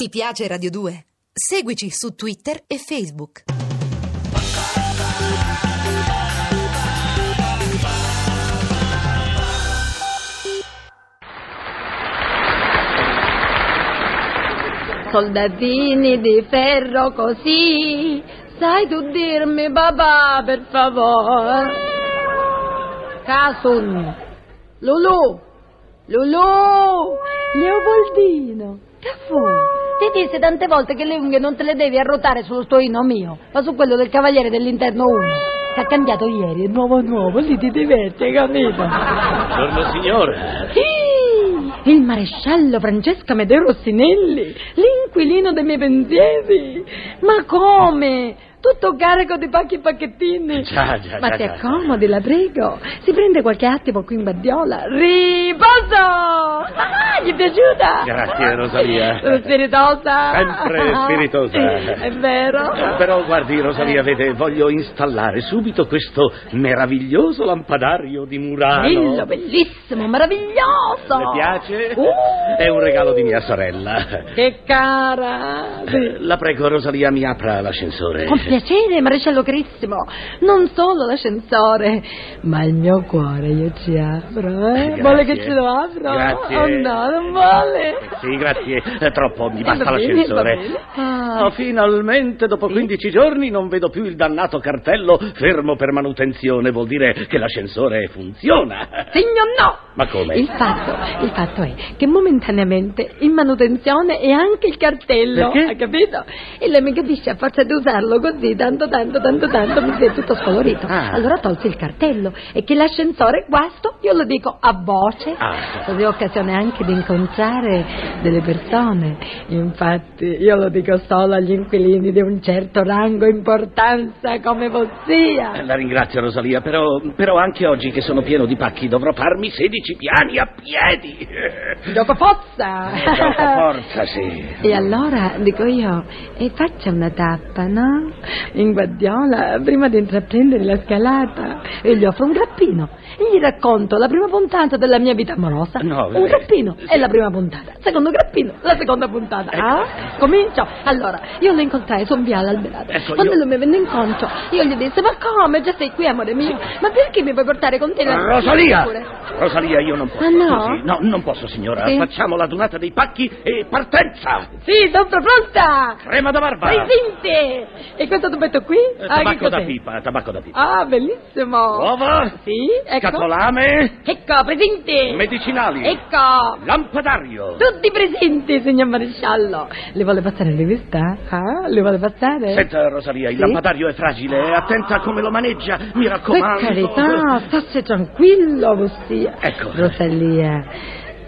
Ti piace Radio 2? Seguici su Twitter e Facebook. Soldatini di ferro così, sai tu dirmi papà per favore? Casun, Lulu, Lulu, Leopoldino, che fu? Ti disse tante volte che le unghie non te le devi arrotare sullo stoino mio, ma su quello del cavaliere dell'interno 1, che ha cambiato ieri, è nuovo nuovo, lì ti diverti, capito? Buongiorno signore. Sì, il maresciallo Francesco Amedeo Rossinelli, l'inquilino dei miei pensieri. Ma come? Tutto carico di pacchi e pacchettini. Già, già, Ma già, ti già. accomodi, la prego. Si prende qualche attimo qui in badiola. Riposo! Ah, gli è piaciuta? Grazie, Rosalia. Sono spiritosa. Sempre spiritosa. Sì, è vero. Eh, Però guardi, Rosalia, vede, voglio installare subito questo meraviglioso lampadario di Murano. Bello, bellissimo, meraviglioso. ah, Le piace? Uh. È un regalo di mia sorella. Che cara. Sì. Eh, La prego, Rosalia, mi apra l'ascensore. Con piacere, maresciallo carissimo. Non solo l'ascensore, ma il mio cuore io ci apro, eh? Grazie. Vuole che ce lo apro? Grazie. Oh no, non vuole. Eh, Sì, grazie. È troppo, mi Eh, basta va bene, va l'ascensore. bene. Ah, finalmente dopo 15 giorni non vedo più il dannato cartello fermo per manutenzione. Vuol dire che l'ascensore funziona. Signor no! Ma come? Il fatto, il fatto è che momentaneamente in manutenzione è anche il cartello, Perché? ha capito? E lei mi capisce, a forza di usarlo così, tanto, tanto, tanto, tanto, mi si è tutto scolorito. Ah. Allora tolse il cartello e che l'ascensore guasto, io lo dico a voce, Ah. così ho occasione anche di incontrare delle persone. Infatti io lo dico solo agli inquilini di un certo rango e importanza come Vossia. Eh, La ringrazio Rosalia, però, però anche oggi che sono pieno di pacchi dovrò farmi 16 piani a piedi. Gioco forza! Troppa forza, sì. E allora, dico io, e faccia una tappa, no? In Guardiola, prima di intraprendere la scalata, e gli offro un grappino. E gli racconto la prima puntata della mia vita amorosa. No, un eh, grappino sì. Ecco. è la prima puntata. Secondo grappino, la seconda puntata. Ah? Comincio? Allora, io lo incontrai su un viale alberato. Ecco, Quando io- lui mi venne incontro, io gli disse, ma come, già sei qui, amore mio? Ma perché mi vuoi portare con te la... Rosalia! Pure. Rosalia, io non posso. Ah, no? Sì, no, non posso, signora. Sì. Facciamo la donata dei pacchi e partenza! Sì, sono pronta! Crema da barba! Presente! E questo tubetto qui? Eh, Ah, che Tabacco da cos'è? pipa, tabacco da pipa. Ah, bellissimo! Uova? Sì, ecco. Scatolame? Ecco, presente! Medicinali? Ecco! Lampadario? Tutti presenti, signor maresciallo! Le vuole passare in rivista? Ah, le vuole passare? Senta, Rosalia, il Sì? lampadario è fragile. Attenta a come lo maneggia, mi per raccomando. carità, stassi tranquillo, Vossia. Ecco. Rosalia,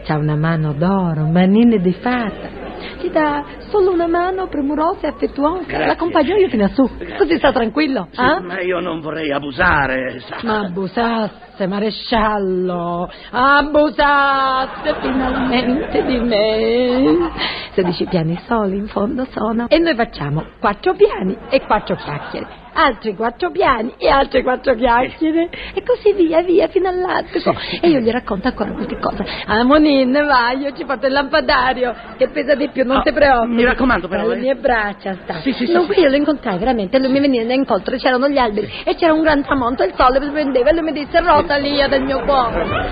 c'ha una mano d'oro, manine di fata. Ti dà solo una mano premurosa e affettuosa. Grazie. L'accompagno io fino a su. Grazie. Così sta tranquillo. Sì, ah? ma io non vorrei abusare, sa. Ma abusasse, maresciallo, abusasse finalmente di me. 16 piani soli in fondo sono. E noi facciamo quattro piani e quattro chiacchiere, altri quattro piani e altri quattro chiacchiere. E così via, via, fino all'attico. E io gli racconto ancora qualche cosa. Ah, Monin, vai, io ci porto il lampadario, che pesa di più, non Ah, ti preoccupi. mi raccomando, però, Alle eh. mie braccia sta. Sì, sì, sì, non sì. qui io lo incontrai veramente, lui mi veniva da incontro, c'erano gli alberi e c'era un gran tramonto, il sole mi prendeva e lui mi disse Rosalia del mio cuore.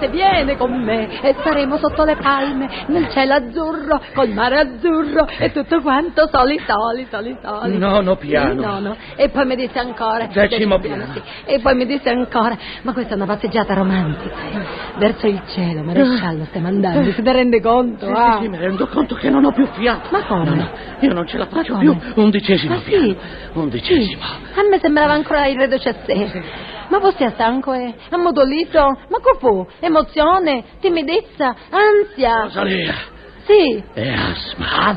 Se viene con me e saremo sotto le palme, nel cielo azzurro, col mare azzurro e tutto quanto soli, soli, soli, soli. Nono Sì, piano. nono. E poi mi disse ancora. Decimo piano. sì. E poi mi disse ancora, ma questa è una passeggiata romantica. eh. Verso il cielo, maresciallo, stiamo andando, si te rende conto? Sì, sì, ah? sì, mi rendo conto che non ho più fiato. Ma come? No, no, io non ce la faccio Ma più. come? Undicesimo Ma sì? piano. Undicesimo. Sì. A me sembrava ancora il reduce a sé. Ma voi siete stanco, eh? Ammodolito? Ma che fu? Emozione? Timidezza? Ansia? Rosalia, Sì. è asma.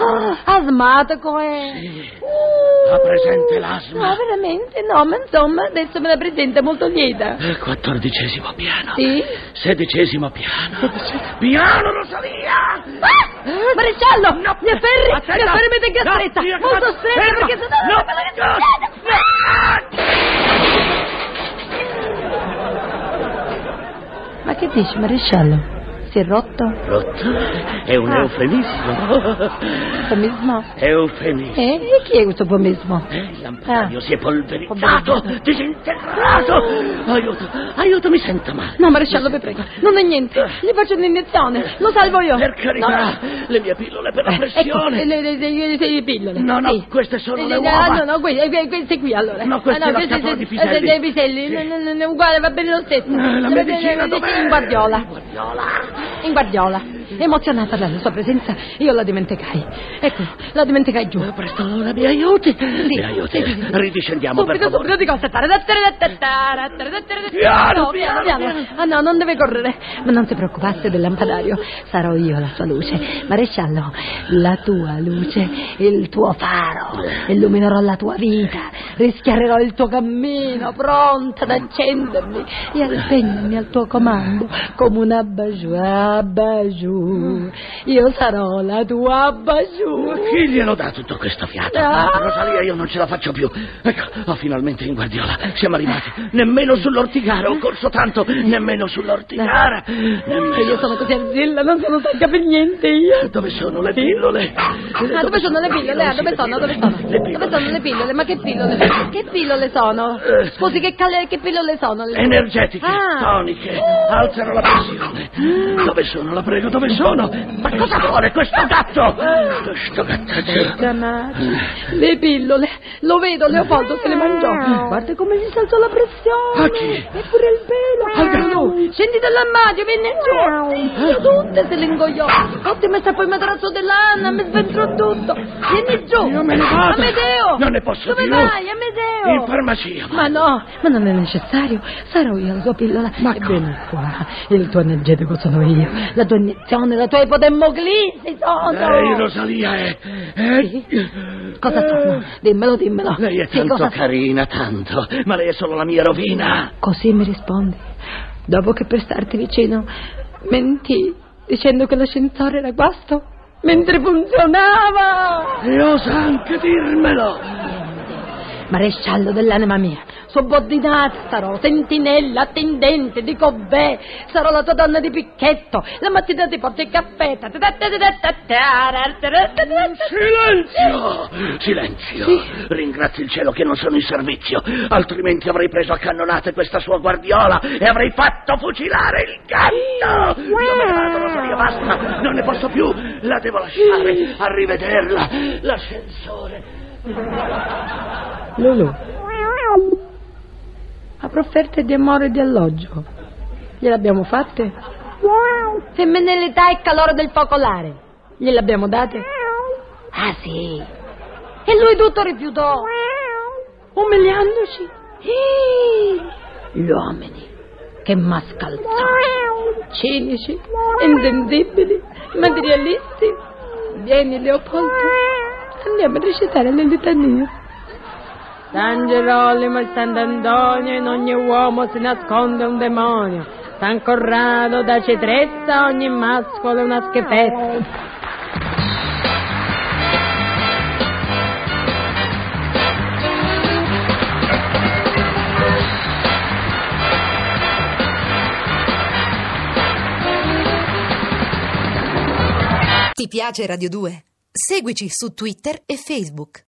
Ah, asmatico, eh? Sì. Uh, Ha presente l'asma? No, veramente no, ma insomma adesso me la presenta molto lieta. Eh, Quattordicesimo piano. Sì? Sedicesimo piano. Piano, Rosalia! Ah! Maresciallo! No, mi afferri! attenta! Mi afferri mette in No, castretta! via, Molto cazzo, stretta ferma! perché sennò No, non quello che no, succede! no! Ma che dici, maresciallo? Si è rotto? Rotto? È un Ah. eufemismo. Eufemismo? Eufemismo. Eh? E chi è questo pomismo? Eh, il lampadario Ah. si è polverizzato, Polverizzato. disintegrato. Aiuto, aiuto, mi sento male. No, maresciallo, vi prego, non è niente. Gli faccio un'iniezione, lo salvo io. Per No. carità, le mie pillole per la Ecco, pressione. le, le, le, le- le- le pillole. No, no, Sì. queste sono le Eh, uova. ah, No, no, queste, eh, queste qui allora. No, questa Ah, è la scatola sì, di sì, piselli. eh, dei piselli, Sì. non- non- non è uguale, va bene lo stesso. Eh, La Va bene, medicina eh, dov'è? In guardiola, Guardiola. in guardiola. Emozionata dalla sua presenza, io la dimenticai. Ecco, la dimenticai giù. Presto, ora mi aiuti. mi aiuti. sì, sì, sì. Ridiscendiamo subito, per favore. subito, dico aspettare. Da- da- da- da- da- da- da- Piano, No, piano, piano, piano. Ah no, non deve correre. Ma non ti preoccupasse del lampadario. Sarò io la sua luce. Maresciallo, la tua luce, il tuo faro. Eh. Illuminerò la tua vita. Rischiarerò il tuo cammino, pronta ad accendermi. E aspegnami al tuo comando come un abajou, abajou. Io sarò la tua Ma abajou. Chi glielo dà tutto questo fiato? Ah. Rosalia, io non ce la faccio più. Ecco, oh, finalmente in Guardiola. Siamo arrivati. Nemmeno sull'ortigara. Ho corso tanto. Nemmeno sull'ortigara. E Eh, io Nemmeno. sono così arzilla, non sono stanca per niente io. Dove sono le pillole? Ma dove sono le pillole? Ah, Dove sono? Dove sono? Le Dove sono le pillole? pillole? Ma che pillole? Che pillole sono? Eh. Scusi, che, cal- che pillole sono? le- Energetiche, Ah. toniche, alzano la pressione. Dove sono, la prego, dove sono? Ma cosa vuole questo gatto? Questo gatto. Eh, Dannati. Le pillole, lo vedo, Leopoldo se le mangiò. Guarda come gli saltò la pressione. A Ah, chi? Eppure il pelo. Al gatto. Dio, Scendi dall'armadio, vieni giù. Io tutte se le ingoiò. Tutte messa poi il materasso dell'Anna, mi sventrò tutto. Vieni giù. Io me ne vado. Amedeo. Non ne posso Dove più. vai, Amedeo? In farmacia. Ma no, ma non è necessario. Sarò io la tua pillola. Ma Ebbene qua, il tuo energetico sono io. La tua iniezione, la tua ipodemoclisi sono. Ehi, Rosalia, eh. eh. Cosa sono? Dimmelo, dimmelo. Lei è Sì, tanto cosa- carina, tanto, ma lei è solo la mia rovina. Così mi rispondi. Dopo che per starti vicino mentì dicendo che l'ascensore era guasto mentre funzionava. E osa anche dirmelo. Maresciallo dell'anima mia, subordinata sarò, sentinella, attendente, dico beh, sarò la tua donna di picchetto, la mattina ti porto il caffè. Silenzio! Silenzio! Ringrazio il cielo che non sono in servizio, altrimenti avrei preso a cannonate questa sua guardiola e avrei fatto fucilare il gatto! Io me ne vado, Rosalia, basta! Non ne posso più! La devo lasciare! Arrivederla! L'ascensore! Lulu, ha profferte di amore e di alloggio, gliel'abbiamo fatte? Femminilità e calore del focolare, gliel'abbiamo date? Ah sì, e lui tutto rifiutò. umiliandoci. Ih, Gli uomini che mascalzoni, cinici, intendibili, materialisti. Vieni Leopoldo, andiamo a recitare le litanie. San Gerolimo e Sant'Antonio, in ogni uomo si nasconde un demonio. San Corrado da Cetrezza, ogni mascolo è una schifezza. Ti piace Radio 2? Seguici su Twitter e Facebook.